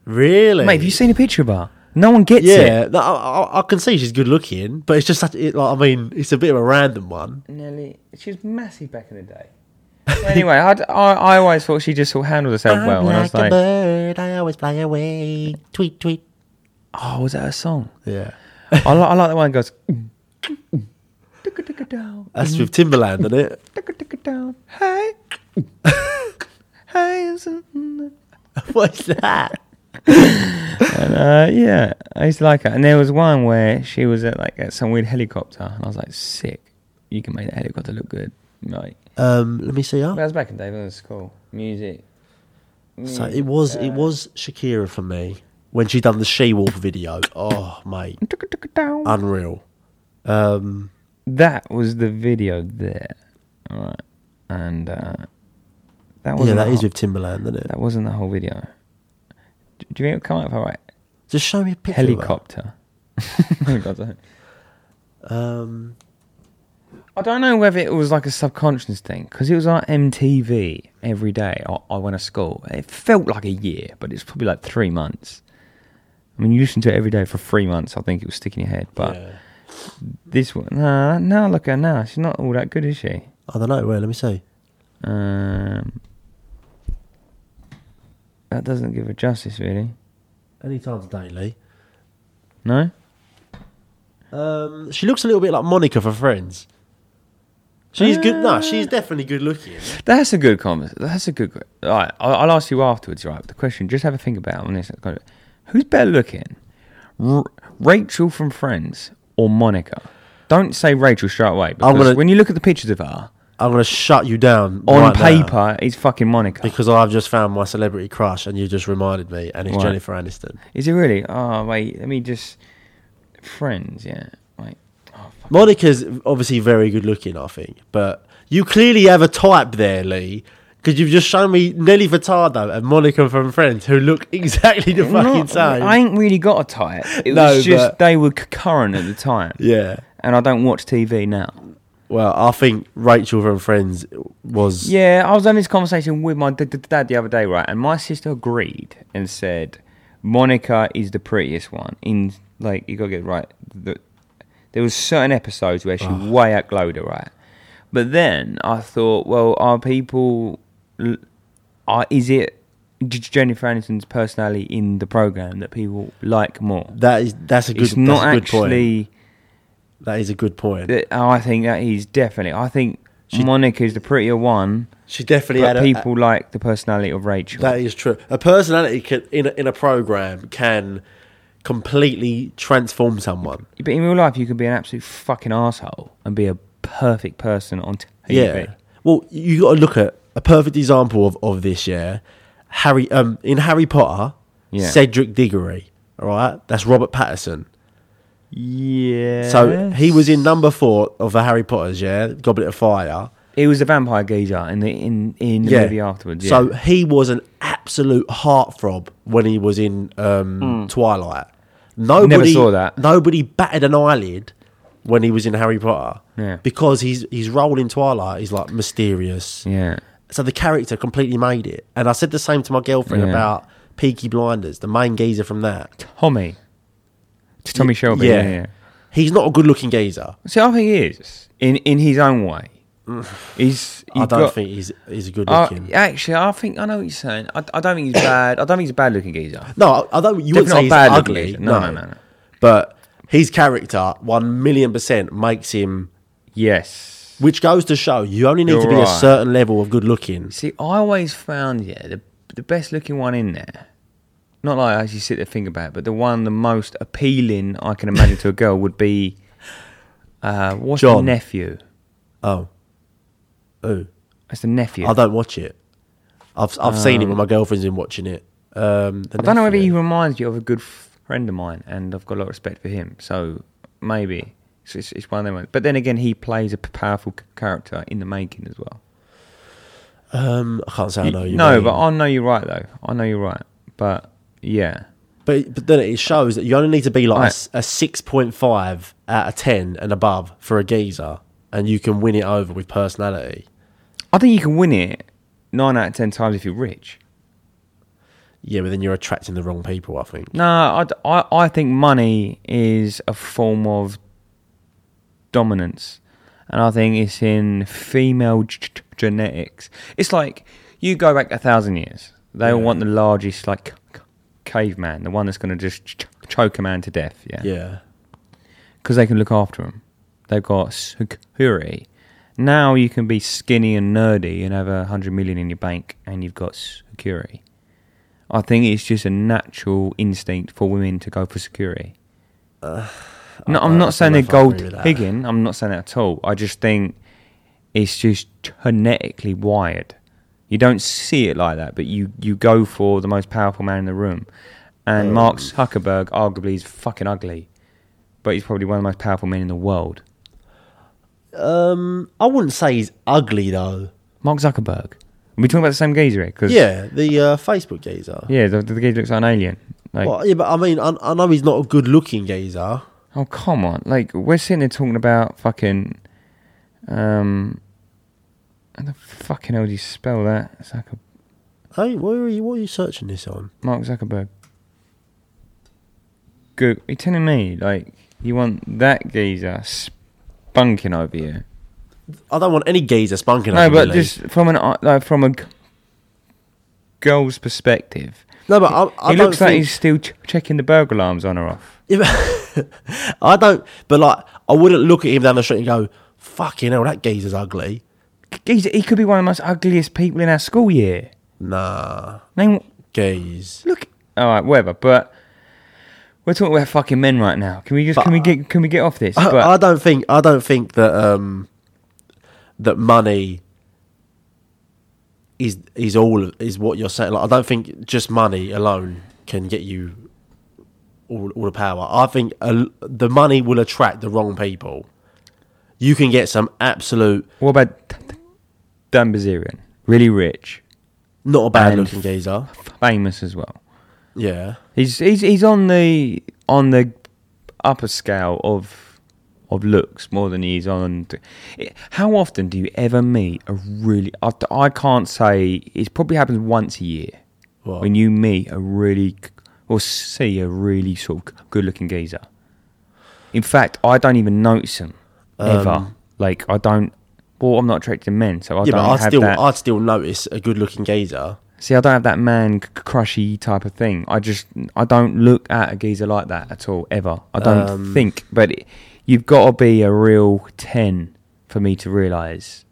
Really?
Mate, have you seen a picture of her? No one gets it.
Yeah, no, I, I, I can see she's good looking, but it's just such, it, like I mean, it's a bit of a random one.
Nelly, she was massive back in the day. Well, anyway, I'd- I, I always thought she just sort of handled herself well, and I was like,
bird, I always fly away. Tweet, tweet.
oh, was that a song?
Yeah,
I, li- I like the one that goes.
that's with Timberland, isn't it?
Hey, hey, it's a-
What's that?
uh, yeah, I used to like her. And there was one where she was at like at some weird helicopter, and I was like, sick. You can make that helicopter look good, right?
Um, let me see.
That
Up.
was back in the day when I was at school. Music.
So it was it was Shakira for me when she done the She Wolf video. Oh mate, unreal. Um,
that was the video there. All right, and uh, that was
yeah, that is with Timberland, isn't it?
that wasn't the whole video. Do, do you think it'll come out all right?
Just show me a picture. of her.
Helicopter. um,
Um,
I don't know whether it was like a subconscious thing because it was on MTV every day. I, I went to school. It felt like a year, but it's probably like three months. I mean, you listen to it every day for three months. I think it was sticking in your head, but.
Yeah.
This one, nah, nah, look at her now. She's not all that good, is she?
I don't know. Where? Let me see.
Um, that doesn't give her justice, really.
Any time today, Lee.
No?
Um, she looks a little bit like Monica for Friends. She's good. No, she's definitely good looking.
That's a good comment. That's a good. que- All right, I'll, I'll ask you afterwards, right? The question, just have a think about on this. Who's better looking? R- Rachel from Friends or Monica? Don't say Rachel straight away because
gonna-
when you look at the pictures of her
I'm gonna shut you down
on
right now
paper, it's fucking Monica.
because I've just found my celebrity crush, and you just reminded me, and it's
Right.
Jennifer Aniston.
Is it really? Oh wait, let me just. Friends, yeah. Wait. Oh, fuck.
Monica's obviously very good looking, I think, but you clearly have a type there, Lee. Because you've just shown me Nelly Furtado and Monica from Friends, who look exactly the fucking
Not-
same.
I ain't really got a type. It
No,
was just
but-
they were concurrent at the time.
yeah.
And I don't watch TV now.
Well, I think Rachel from Friends was.
Yeah, I was having this conversation with my d- d- dad the other day, right? And my sister agreed and said, Monica is the prettiest one. In like, you gotta get it right. The, there was certain episodes where she way outglowed her, right? But then I thought, well, are people? l- Are is it J- Jennifer Aniston's personality in the program that people like more?
That is that's a good.
it's not
that's a good point.
actually.
That is a good point.
that- oh, I think that he's definitely. I think Monica is the prettier one,
She definitely
but
had a,
people like the personality of Rachel.
That is true. A personality can, in a, in a program can completely transform someone.
but in real life, you can be an absolute fucking asshole and be a perfect person on TV.
Yeah. Well, you got to look at a perfect example of, of this. Yeah, Harry. Um, in Harry Potter,
Yeah.
Cedric Diggory. All right, that's Robert Patterson.
yeah.
So he was in number four of the Harry Potters. Yeah, Goblet of Fire.
He was a vampire geezer in the in in the
yeah.
movie afterwards. Yeah.
So he was an absolute heartthrob when he was in um, Twilight. Nobody
saw that.
Nobody batted an eyelid when he was in Harry Potter.
Yeah.
Because he's his role in Twilight is like mysterious.
yeah.
So the character completely made it. And I said the same to my girlfriend
Yeah.
about Peaky Blinders, the main geezer from that.
Tommy. Tommy Shelby. Oh, Yeah. yeah.
He's not a good looking geezer.
See, I think he is in in his own way. He's.
I
you've
don't
got-
think he's he's good
Uh,
looking.
actually, I think I know what you're saying. I, I don't think he's bad. I don't think he's a bad looking geezer.
No, I- I don't. You wouldn't
Definitely
say he's
not bad
ugly.
looking. No, no, no, no.
But his character, one million percent, makes him.
Yes.
Which goes to show you only need
You're
to be a
right.
certain level of good looking.
See, I always found yeah the the best looking one in there. Not like I actually sit there and think about, it, but the one the most appealing I can imagine to a girl would be uh, what's the
John.
nephew?
Oh, oh,
That's the nephew.
I don't watch it. I've I've seen it, but my girlfriend's been watching it. Um,
Um, I don't know whether he reminds you of a good friend of mine, and I've got a lot of respect for him. So maybe it's, it's, it's one of them. ones. But then again, he plays a p- powerful c- character in the making as well.
Um, I can't say I
You-
know you.
no,
mean.
but I know you're right though. I know you're right. But yeah,
But but then it shows that you only need to be like a
Right.
s- a, six point five out of ten and above for a geezer, and you can win it over with personality.
I think you can win it nine out of ten times if you're rich.
Yeah, but then you're attracting the wrong people. I think.
No, I, d- I- I think money is a form of dominance. And I think it's in female g- g- genetics. It's like you go back a thousand years, they all want the largest, like, c- c- caveman, the one that's going to just ch- ch- choke a man to death. Yeah.
Yeah,
Because they can look after him. They've got security. Now you can be skinny and nerdy and have a hundred million in your bank and you've got security. I think it's just a natural instinct for women to go for security. no, I'm
I
not saying they're
don't know if I agree
gold
with that.
digging. I'm not saying that at all. I just think it's just genetically wired. You don't see it like that, but you, you go for the most powerful man in the room. And
Oh.
Mark Zuckerberg arguably is fucking ugly, but he's probably one of the most powerful men in the world.
I wouldn't say he's ugly though.
Mark Zuckerberg. Are we talking about the same geezer? here? 'Cause-
Yeah, the uh, Facebook geezer.
Yeah, the, the geezer looks like an alien. Like,
Well, yeah, but I mean, I, I know he's not a good looking geezer.
Oh come on! Like we're sitting there talking about fucking, um, how the fucking hell do you spell that? Zucker,
Hey, where are you? What are you searching this on?
Mark Zuckerberg. Good. You telling me like you want that geezer spunking over you?
I don't want any geezer spunking.
No,
over
but
me, Lee.
just from an uh, like from a g- girl's perspective,
no, but I, I
he
don't
looks
think...
like he's still ch- checking the burglar alarms on or off.
If- I don't, but like, I wouldn't look at him down the street and go, fucking hell, that geezer's ugly.
Geezer, he could be one of the most ugliest people in our school year.
Nah,
Name
geez.
Look. All right, whatever. But we're talking about fucking men right now. Can we just can we get can we get off this? But
uh, I, I don't think, I don't think that, um, that money is, is all, is what you're saying. Like, I don't think just money alone can get you all, all the power. I think uh, the money will attract the wrong people. You can get some absolute,
what about Dan Bazirian? Really rich,
not a bad
And-
looking geezer.
famous as well.
Yeah.
He's he's he's on the on the upper scale of of looks more than he's on. How often do you ever meet a really? I, I can't say. It probably happens once a year
What?
when you meet a really or see a really sort of good-looking geezer. In fact, I don't even notice him
Um,
ever. Like I don't. Well, I'm not attracted to men, so I
Yeah,
don't
but I'd
have
still,
that.
I'd still notice a good-looking geezer.
See, I don't have that man c- crushy type of thing. I just I don't look at a geezer like that at all ever. I don't
Um,
think. But it, you've got to be a real ten for me to realise.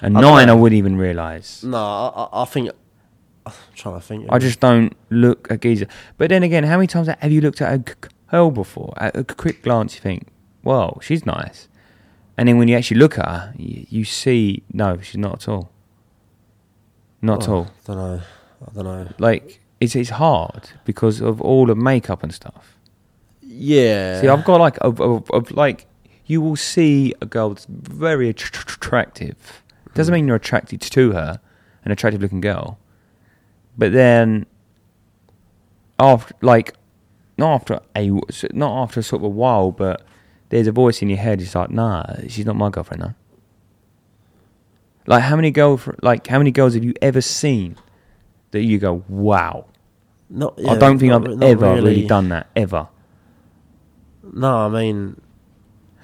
A
don't
nine, I
know.
wouldn't even realise.
No, I, I- I think. I'm trying to think.
I just don't look at geezer. But then again, how many times have you looked at a g- girl before? At a quick glance, you think, "Whoa, she's nice," and then when you actually look at her, you, you see, no, she's not at all. Not at all.
don't know. I don't know.
like it's it's hard because of all the makeup and stuff.
Yeah.
See, I've got like of, of, of like you will see a girl that's very att- att- attractive. Doesn't mean you're attracted to her, an attractive looking girl. But then, after like, not after a not after sort of a while, but there's a voice in your head. It's like, nah, she's not my girlfriend now. Like how many girl like how many girls have you ever seen that you go, wow?
Not-
I
yeah,
don't think
not
I've
re- not
ever really. done that ever.
No, I mean.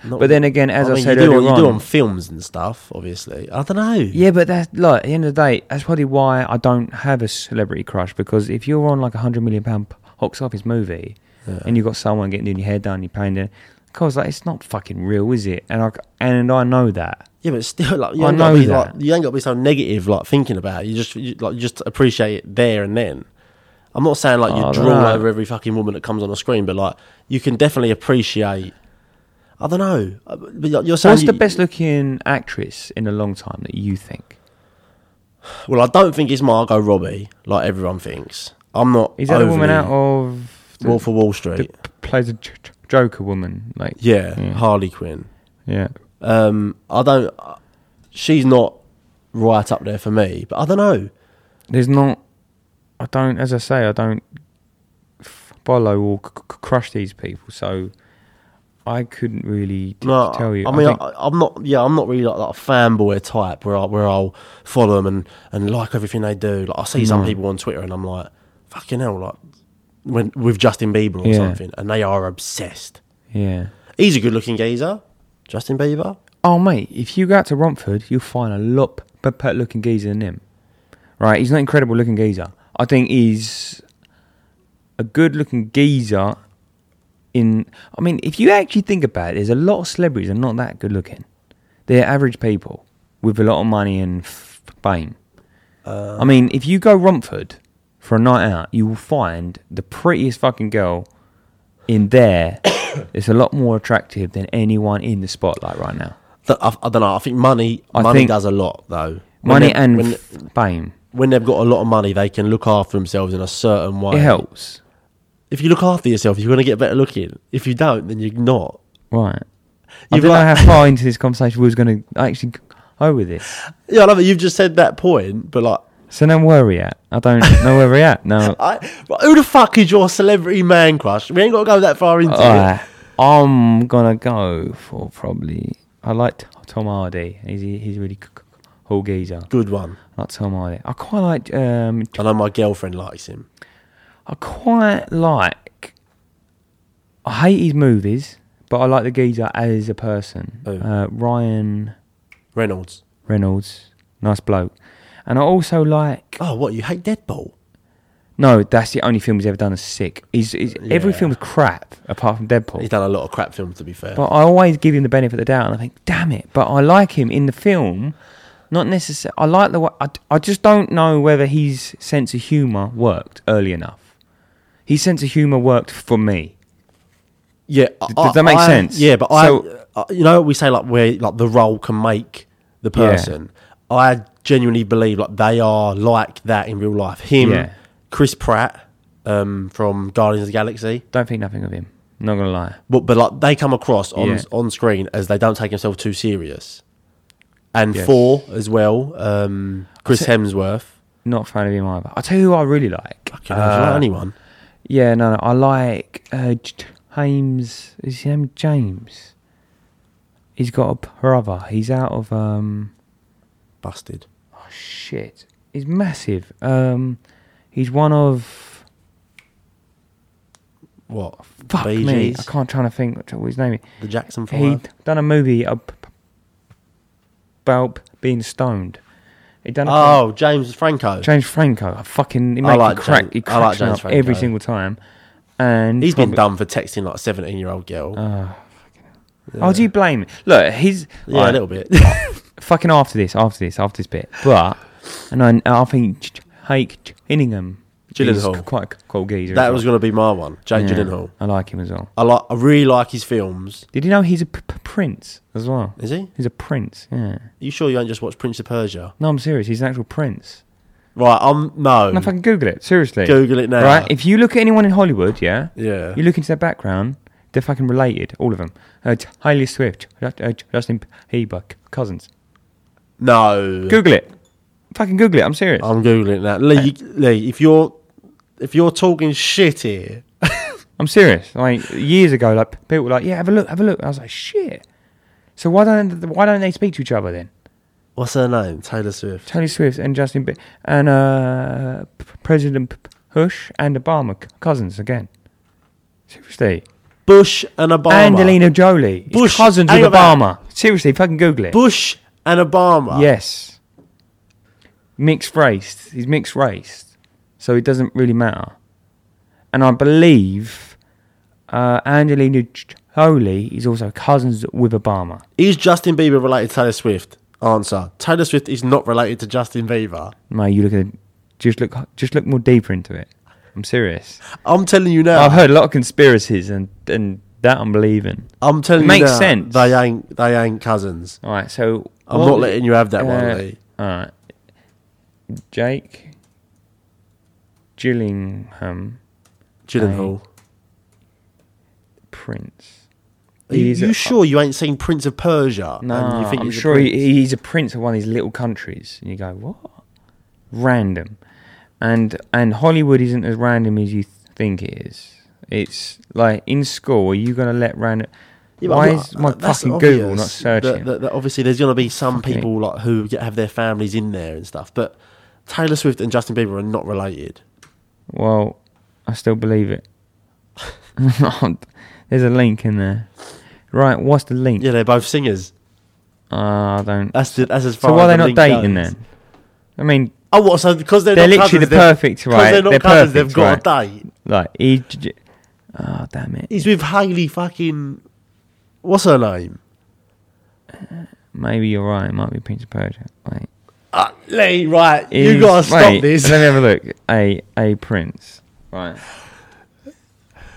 not-
But then again, as I,
mean,
said
you do,
earlier
on,
on,
you do on films and stuff. Obviously, I don't know.
yeah, but that's like at the end of the day, that's probably why I don't have a celebrity crush because if you're on like a hundred million pound box office movie, and you've got someone getting your hair done, you're paying the. Cause like it's not fucking real, is it? And I and I know that.
Yeah, but still, like you
I
ain't got to
know
be like
that.
you ain't got to be so negative, like thinking about it. You just you, like you just appreciate it there and then. I'm not saying like you
Oh, I
drool
dunno.
over every fucking woman that comes on the screen, but like you can definitely appreciate. I don't know, Uh, but like, you're saying
What's
you-
the best looking actress in a long time that you think?
Well, I don't think it's Margot Robbie, like everyone thinks. I'm not.
Is that the woman
overly-
out of the,
Wolf of Wall Street?
that p- plays a j- j- Joker woman? Like
yeah,
yeah.
Harley Quinn.
yeah.
Um, I don't. uh, She's not right up there for me, but I don't know.
There's not. I don't. As I say, I don't f- follow or c- c- crush these people, so I couldn't really t-
No,
tell you.
I mean, I
think-
I, am not. Yeah, I'm not really like, that fanboy type where I, where I'll follow them and, and like everything they do. Like I see some
No.
people on Twitter and I'm like, fucking hell, like when with Justin Bieber or
Yeah.
something, and they are obsessed.
yeah.
He's a good looking geezer, Justin Bieber.
Oh mate, if you go out to Romford, you'll find a lot better looking geezer than him. Right? He's not incredible looking geezer. I think he's a good looking geezer. In I mean, if you actually think about it, there's a lot of celebrities that are not that good looking. They're average people with a lot of money and f- fame. I mean, if you go Romford for a night out, you will find the prettiest fucking girl in there. It's a lot more attractive than anyone in the spotlight right now.
Th- I, I don't know. I think money
I
money
think-
does a lot though. When
Money
they-
and
when,
f- fame.
when they've got a lot of money, they can look after themselves in a certain way.
It helps.
If you look after yourself, you're going to get better looking. If you don't, then you're not.
Right. I don't
You've
know
like-
how far into this conversation we was going to actually go with this.
Yeah, I love it. You've just said that point, but like,
So now where are we at? I don't know where we're at. No.
I, but who the fuck is your celebrity man crush? We ain't got to go that far into it.
Alright. I'm going to go for probably... I like T- Tom Hardy. He's, he's a really c- c- cool geezer.
Good one.
I like Tom Hardy. I quite like... Um,
I know my girlfriend likes him.
I quite like... I hate his movies, but I like the geezer as a person.
Who?
Uh, Ryan...
Reynolds.
Reynolds, nice bloke. And I also like
Oh, what? You hate Deadpool?
no, that's the only film he's ever done is sick. He's, he's every
Yeah.
film's crap apart from Deadpool.
He's done a lot of crap films, to be fair.
But I always give him the benefit of the doubt, and I think, damn it! But I like him in the film. Not necessarily. I like the way. I, I just don't know whether his sense of humor worked early enough. His sense of humor worked for me.
yeah,
does that make
I-
sense?
Yeah, but
So-
I, uh, you know, we say like where like the role can make the
Yeah.
person. I genuinely believe like they are like that in real life. Him,
Yeah.
Chris Pratt, um, from Guardians of the Galaxy.
Don't think nothing of him. Not gonna lie.
but but like they come across on
Yeah.
on screen as they don't take themselves too serious. And
Yes.
four as well, um, Chris
said-
Hemsworth.
Not a fan of him either. I tell you who I really like.
Fucking hell, it's
Uh,
not anyone.
Yeah, no, no. I like uh, J- James. Is his name James? He's got a brother. He's out of um.
Busted.
Oh shit! He's massive. Um, he's one of
What?
fuck
Bee
me. I
Gees?
can't trying to think what what his name. Is.
The Jackson
He
Five.
done a movie ab- about being stoned. He done. A
Oh, James Franco.
James Franco. I fucking. He
I
make
like
you crack.
James-
he
I like
cracks me
James
up every
Franco.
single time. And
He's been
probably- Uh,
done for texting like a seventeen-year-old girl.
Oh, do you blame? him? Look, he's
yeah,
Right.
a little bit.
fucking after this, after this, after this bit. But and I, I think J- J- Jake Inningham
Gyllenhaal.
is quite a cool geezer.
that
as
was
well.
going to be my one. Jake Gyllenhaal.
I like him as well.
I like. I really like his films.
Did you know he's a p- p- prince as well?
Is he?
He's a prince. Yeah.
You sure you ain't just watched Prince of Persia?
No, I'm serious. He's an actual prince.
Right. I'm no.
No, fucking Google it. Seriously.
Google it now.
Right. If you look at anyone in Hollywood, yeah.
Yeah.
You look into their background. They're fucking related, all of them. Uh, T- Hailey Swift, Ju- uh, Justin Bieber, c- cousins.
no.
Google it. Fucking Google it. I'm serious.
I'm googling that. Lee, you- Lee, if you're if you're talking shit here,
I'm serious. Like years ago, like people were like, "Yeah, have a look, have a look." I was like, "Shit." So why don't why don't they speak to each other then?
what's her name? Taylor Swift.
Taylor Swift and Justin Bieber and uh, P- President P- P- Bush and Obama c- cousins again. Seriously,
Bush and Obama.
Angelina Jolie is
Bush,
cousins with
hang about.
Obama. Seriously, fucking Google it.
Bush and Obama.
Yes, mixed race. He's mixed race, so it doesn't really matter. And I believe Uh, Angelina Jolie is also cousins with Obama.
Is Justin Bieber related to Taylor Swift? Answer: Taylor Swift is not related to Justin Bieber.
Mate, you look at just look just look more deeper into it. I'm serious.
I'm telling you now.
I've heard a lot of conspiracies, and and that I'm believing.
I'm telling
It
you
makes
now,
sense.
They ain't. They ain't cousins.
All right, so
I'm
what- Uh,
not letting you have that one, Lee.
All right, Jake Gillingham
Gyllenhaal.
Prince.
Are you,
He's
you
a-
sure you ain't seen Prince of Persia?
No,
and you think
I'm
he's a
sure he,
prince?
he's a prince of one of these little countries, and you go what? Random, and and Hollywood isn't as random as you th- think it is. It's like in school, are you gonna let random?
Yeah, but
Why
I'm not- uh,
is my
that's
fucking
obvious.
Google not searching?
That- that- that obviously, there's going to be some
Fucking-
people like who get, have their families in there and stuff. But Taylor Swift and Justin Bieber are not related.
Well, I still believe it. There's a link in there. Right, what's the link?
Yeah, they're both singers.
Uh, I don't.
That's the, that's as far.
so why
as
are they
the
not
link
dating
goes.
then? I mean,
Oh, what? So because they're,
They're
not
literally
cousins,
the perfect,
'cause
right?
They're not
They're
cousins. they've
perfect,
got a date.
like he. j- j- Oh damn it!
He's with Hailey fucking. What's her name?
Maybe you're right. It might be Prince of Persia. Wait,
Uh, Lee, right? you
Is-
gotta stop
wait,
this.
Let me have a look. A a prince. Right.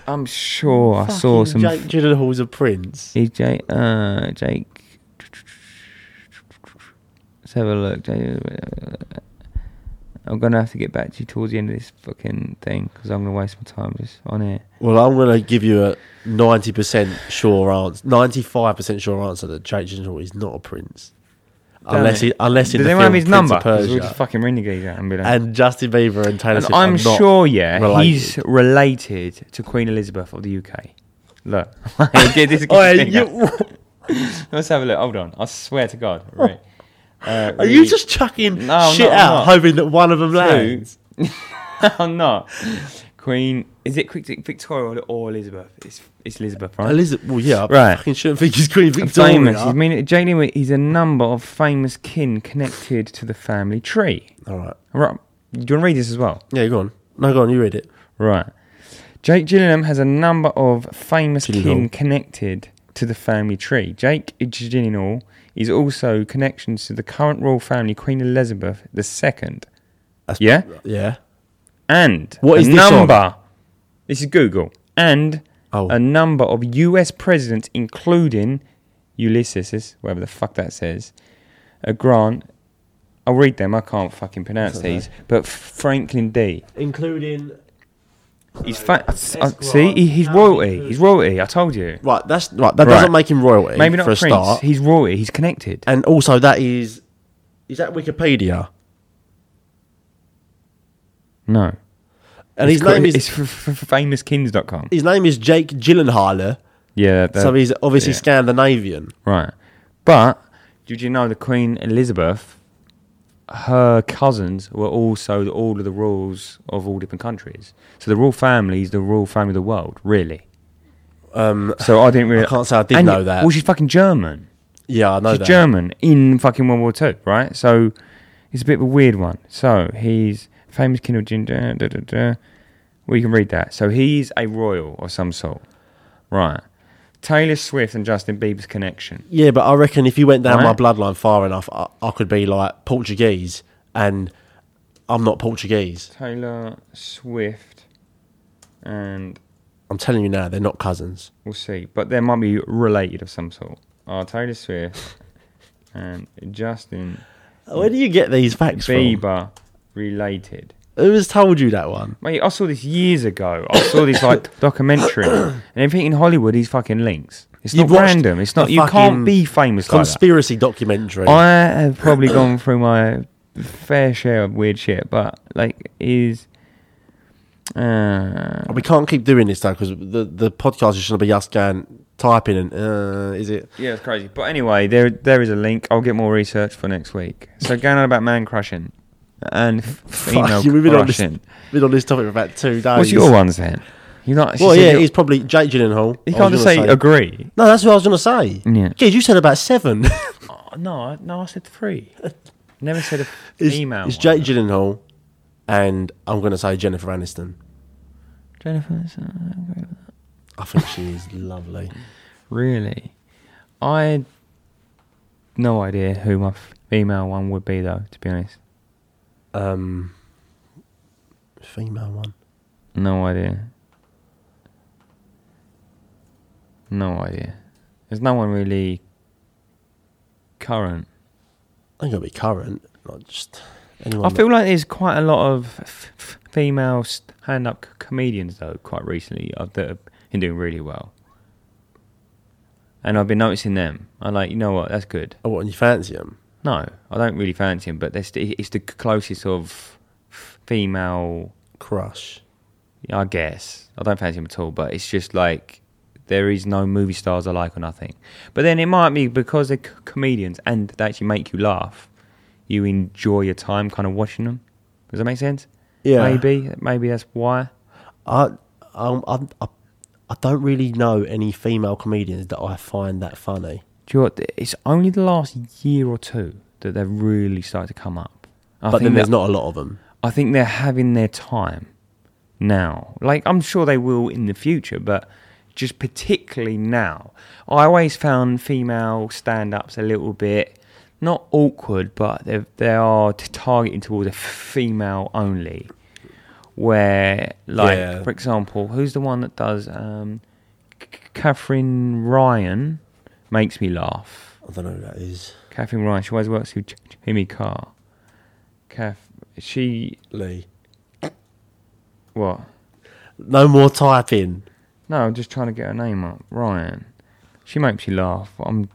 I'm sure I saw some.
Fucking Jake Gyllenhaal's a prince.
Is Jake, uh, Jake. Let's have a look. Jake- I'm gonna have to get back to you towards the end of this fucking thing because I'm gonna waste my time just on it.
Well, I'm gonna give you a ninety percent sure answer, ninety-five percent sure answer that Jake Gyllenhaal is not a prince, unless he, unless in
Does
the
anyone
film
have his
Prince
number?
of
'Cause We'll just
Persia.
fucking renegade that and be like.
And Justin Bieber and Taylor
And
Swift.
I'm
are not
sure, yeah,
related.
he's related to Queen Elizabeth of the UK. Look, get this, get
Oi,
this thing
Oh, you-
up. Let's have a look. Hold on, I swear to God. Right. Uh,
Oh. Are you just chucking
No, I'm
shit
not, I'm
out,
not.
hoping that one of them lands?
I'm not. Queen. Is it Quick- Victoria or Elizabeth? It's it's Elizabeth, right?
Elizabeth, well, yeah, I
Right.
fucking shouldn't think he's Queen Victoria.
Famous. I mean, Jane Lynch is a number of famous kin connected to the family tree.
All right.
Right. Do you want to read this as well?
Yeah, go on. No, go on. You read it.
Right. Jake Gillingham has a number of famous kin
Gyllenhaal.
connected to the family tree. Jake Gyllenhaal is also connections to the current royal family, Queen Elizabeth II.
That's-
Yeah?
Yeah.
And
What
a
is this on?
number. This is Google. And
Oh.
a number of US presidents, including Ulysses, whatever the fuck that says, uh, Grant. I'll read them. I can't fucking pronounce
okay.
these. But Franklin D.
Including.
He's fat. I, I-
Esquire,
see, he, he's
Harry
royalty.
Hood.
He's royalty. I told you.
Right, that's right. That
Right.
doesn't make him royalty.
Maybe not
for a
prince.
start.
He's royalty. He's connected.
And also, that is. Is that Wikipedia?
No.
And his
It's called-
name
It's
is.
f- f- f- famouskins.com.
His name is Jake Gyllenhaal.
Yeah. That,
So he's obviously
yeah.
Scandinavian.
right. But did you know the Queen Elizabeth, her cousins were also the, all of the rules of all different countries. So the royal family is the royal family of the world, really.
Um,
So I didn't really.
can't say I did
and
know
you-
that.
Well, she's fucking German.
yeah, I know
She's
that.
German in fucking World War Two, right? So it's a bit of a weird one. So he's famous king of ginger. Da, da, da. Well, you can read that. So he's a royal of some sort, right? Taylor Swift and Justin Bieber's connection.
Yeah, but I reckon if you went down
Right.
my bloodline far enough, I, I could be like Portuguese, and I'm not Portuguese.
Taylor Swift and
I'm telling you now, they're not cousins.
we'll see, but they might be related of some sort. Are Taylor Swift and Justin
Where do you get these facts from?
Bieber related?
Who has told you that one?
Mate, I saw this years ago. I saw this like documentary, and everything in Hollywood is fucking links. It's
You've
not
watched
random. It's not.
a
You can't
fucking
be famous like
Conspiracy documentary.
that. I have probably gone through my fair share of weird shit, but like, is uh,
we can't keep doing this though because the the podcast is going to be us going typing and uh, is it?
yeah, it's crazy. But anyway, there there is a link. I'll get more research for next week. So going on about man crushing and f- female
Fuck, you, we've been on this,
crushing.
been on this topic for about two days.
What's your ones then? You're not.
Oh, Well,
she said
yeah,
you're-
it's probably Jake Gyllenhaal.
you
I
can't
was
just
gonna
say agree.
No, that's what I was going to say.
Yeah.
Geez, you said about seven.
Oh, no, I- no, I said three. Never said a f-
it's,
email.
It's
one.
Jake Gyllenhaal, and I'm going to say Jennifer Aniston.
Jennifer. it's, uh,
I think she is lovely.
Really? I no idea who my female one would be though, to be honest.
Um, female one.
No idea. No idea. There's no one really current.
I think it'll be current, not just anyone.
I
that-
feel like there's quite a lot of f- f- female stand-up c- comedians though, quite recently, uh, that have been doing really well. And I've been noticing them. I'm like, you know what? That's good.
oh, what, and you fancy them?
No, I don't really fancy him, but that's the, it's the closest of f- female,
Crush.
I guess. I don't fancy him at all, but it's just like there is no movie stars I like or nothing. But then it might be because they're c- comedians and they actually make you laugh, you enjoy your time kind of watching them. Does that make sense?
Yeah.
Maybe. Maybe that's why.
I, um, I, I, I don't really know any female comedians that I find that funny.
Do you know what? It's only the last year or two that they've really started to come up. I
But
think
then there's
that-
not a lot of them.
I think they're having their time now. Like I'm sure they will in the future, but just particularly now. I always found female stand-ups a little bit not awkward, but they they are t- targeted towards a female only. Where, like,
Yeah.
for example, who's the one that does um, C- C- Catherine Ryan makes me laugh.
I don't know who that is.
Catherine Ryan, she always works with J- Jimmy Carr. Kath, she
Lee.
what?
No more typing.
No, I'm just trying to get her name up. Ryan. She makes you laugh. I'm.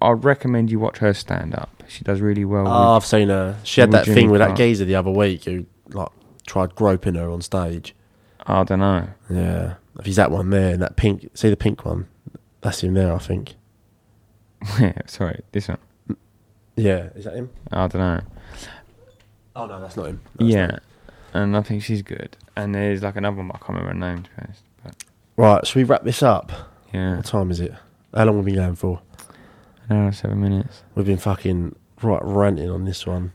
I recommend you watch her stand up. She does really well.
Oh,
with-
I've seen her. She had
with
that
Jimmy
thing with that
Carr.
geezer the other week who like tried groping her on stage.
I don't know.
Yeah, if he's that one there, and that pink, see the pink one, that's him there, I think.
Sorry, this one.
Yeah, is that him?
I don't know.
Oh no, that's not him.
yeah, and I think she's good. And there's like another one, but I can't remember her name. To be honest, but
Right, should we wrap this up?
yeah,
What time is it? How long have we been going for?
an hour and seven minutes.
We've been fucking right ranting on this one.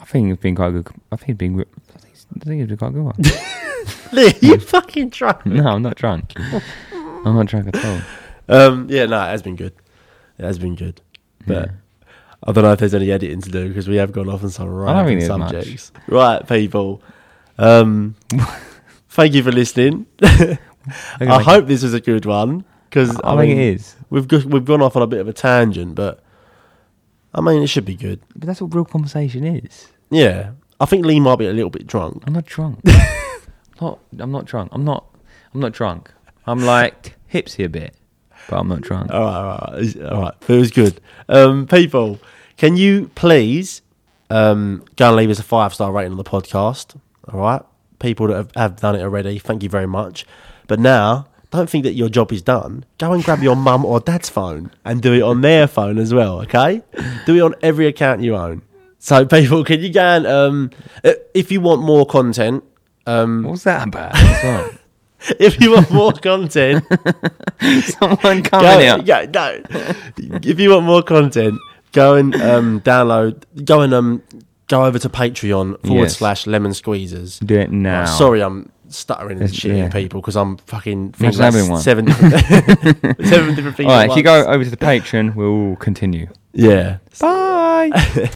I think it's been quite good. I think it's been. gr- I think it's, I think it's been quite a good one.
Lee, you fucking drunk.
no, I'm not drunk. I'm not drunk at all.
Um, yeah, no, it has been good. It has been good, but.
Yeah.
I don't know if there's any editing to do because we have gone off on
I
some
don't
random
think there's much.
subjects. Right, people. Um, thank you for listening.
Okay,
I
like-
hope this was a good one because
I think it is.
We've go- we've gone off on a bit of a tangent, but I mean it should be good.
But that's what real conversation is.
Yeah, I think Lee might be a little bit drunk.
I'm not drunk. I'm not. I'm not drunk. I'm not. I'm not drunk. I'm like tipsy a bit, but I'm not drunk.
All right, all right, is- all right. Feels good. Um, people, can you please um, go and leave us a five star rating on the podcast? All right, people that have, have done it already, thank you very much. But now, don't think that your job is done. Go and grab your mum or dad's phone and do it on their phone as well. Okay, do it on every account you own. So, people, can you go and um, i- if you want more content, um,
What's that about? What's wrong?
if you want more content.
Someone
go,
coming out.
yeah, no. if you want more content, go and um, download. Go and um, go over to Patreon forward
Yes.
slash Lemon Squeezers.
Do it now.
Oh, sorry, I'm stuttering and
It's-
shitting
yeah.
people because I'm fucking thinking
having
about
one.
seven different, seven different things.
All
at
right. If you go
once.
over to the Patreon, we'll continue.
yeah.
Bye.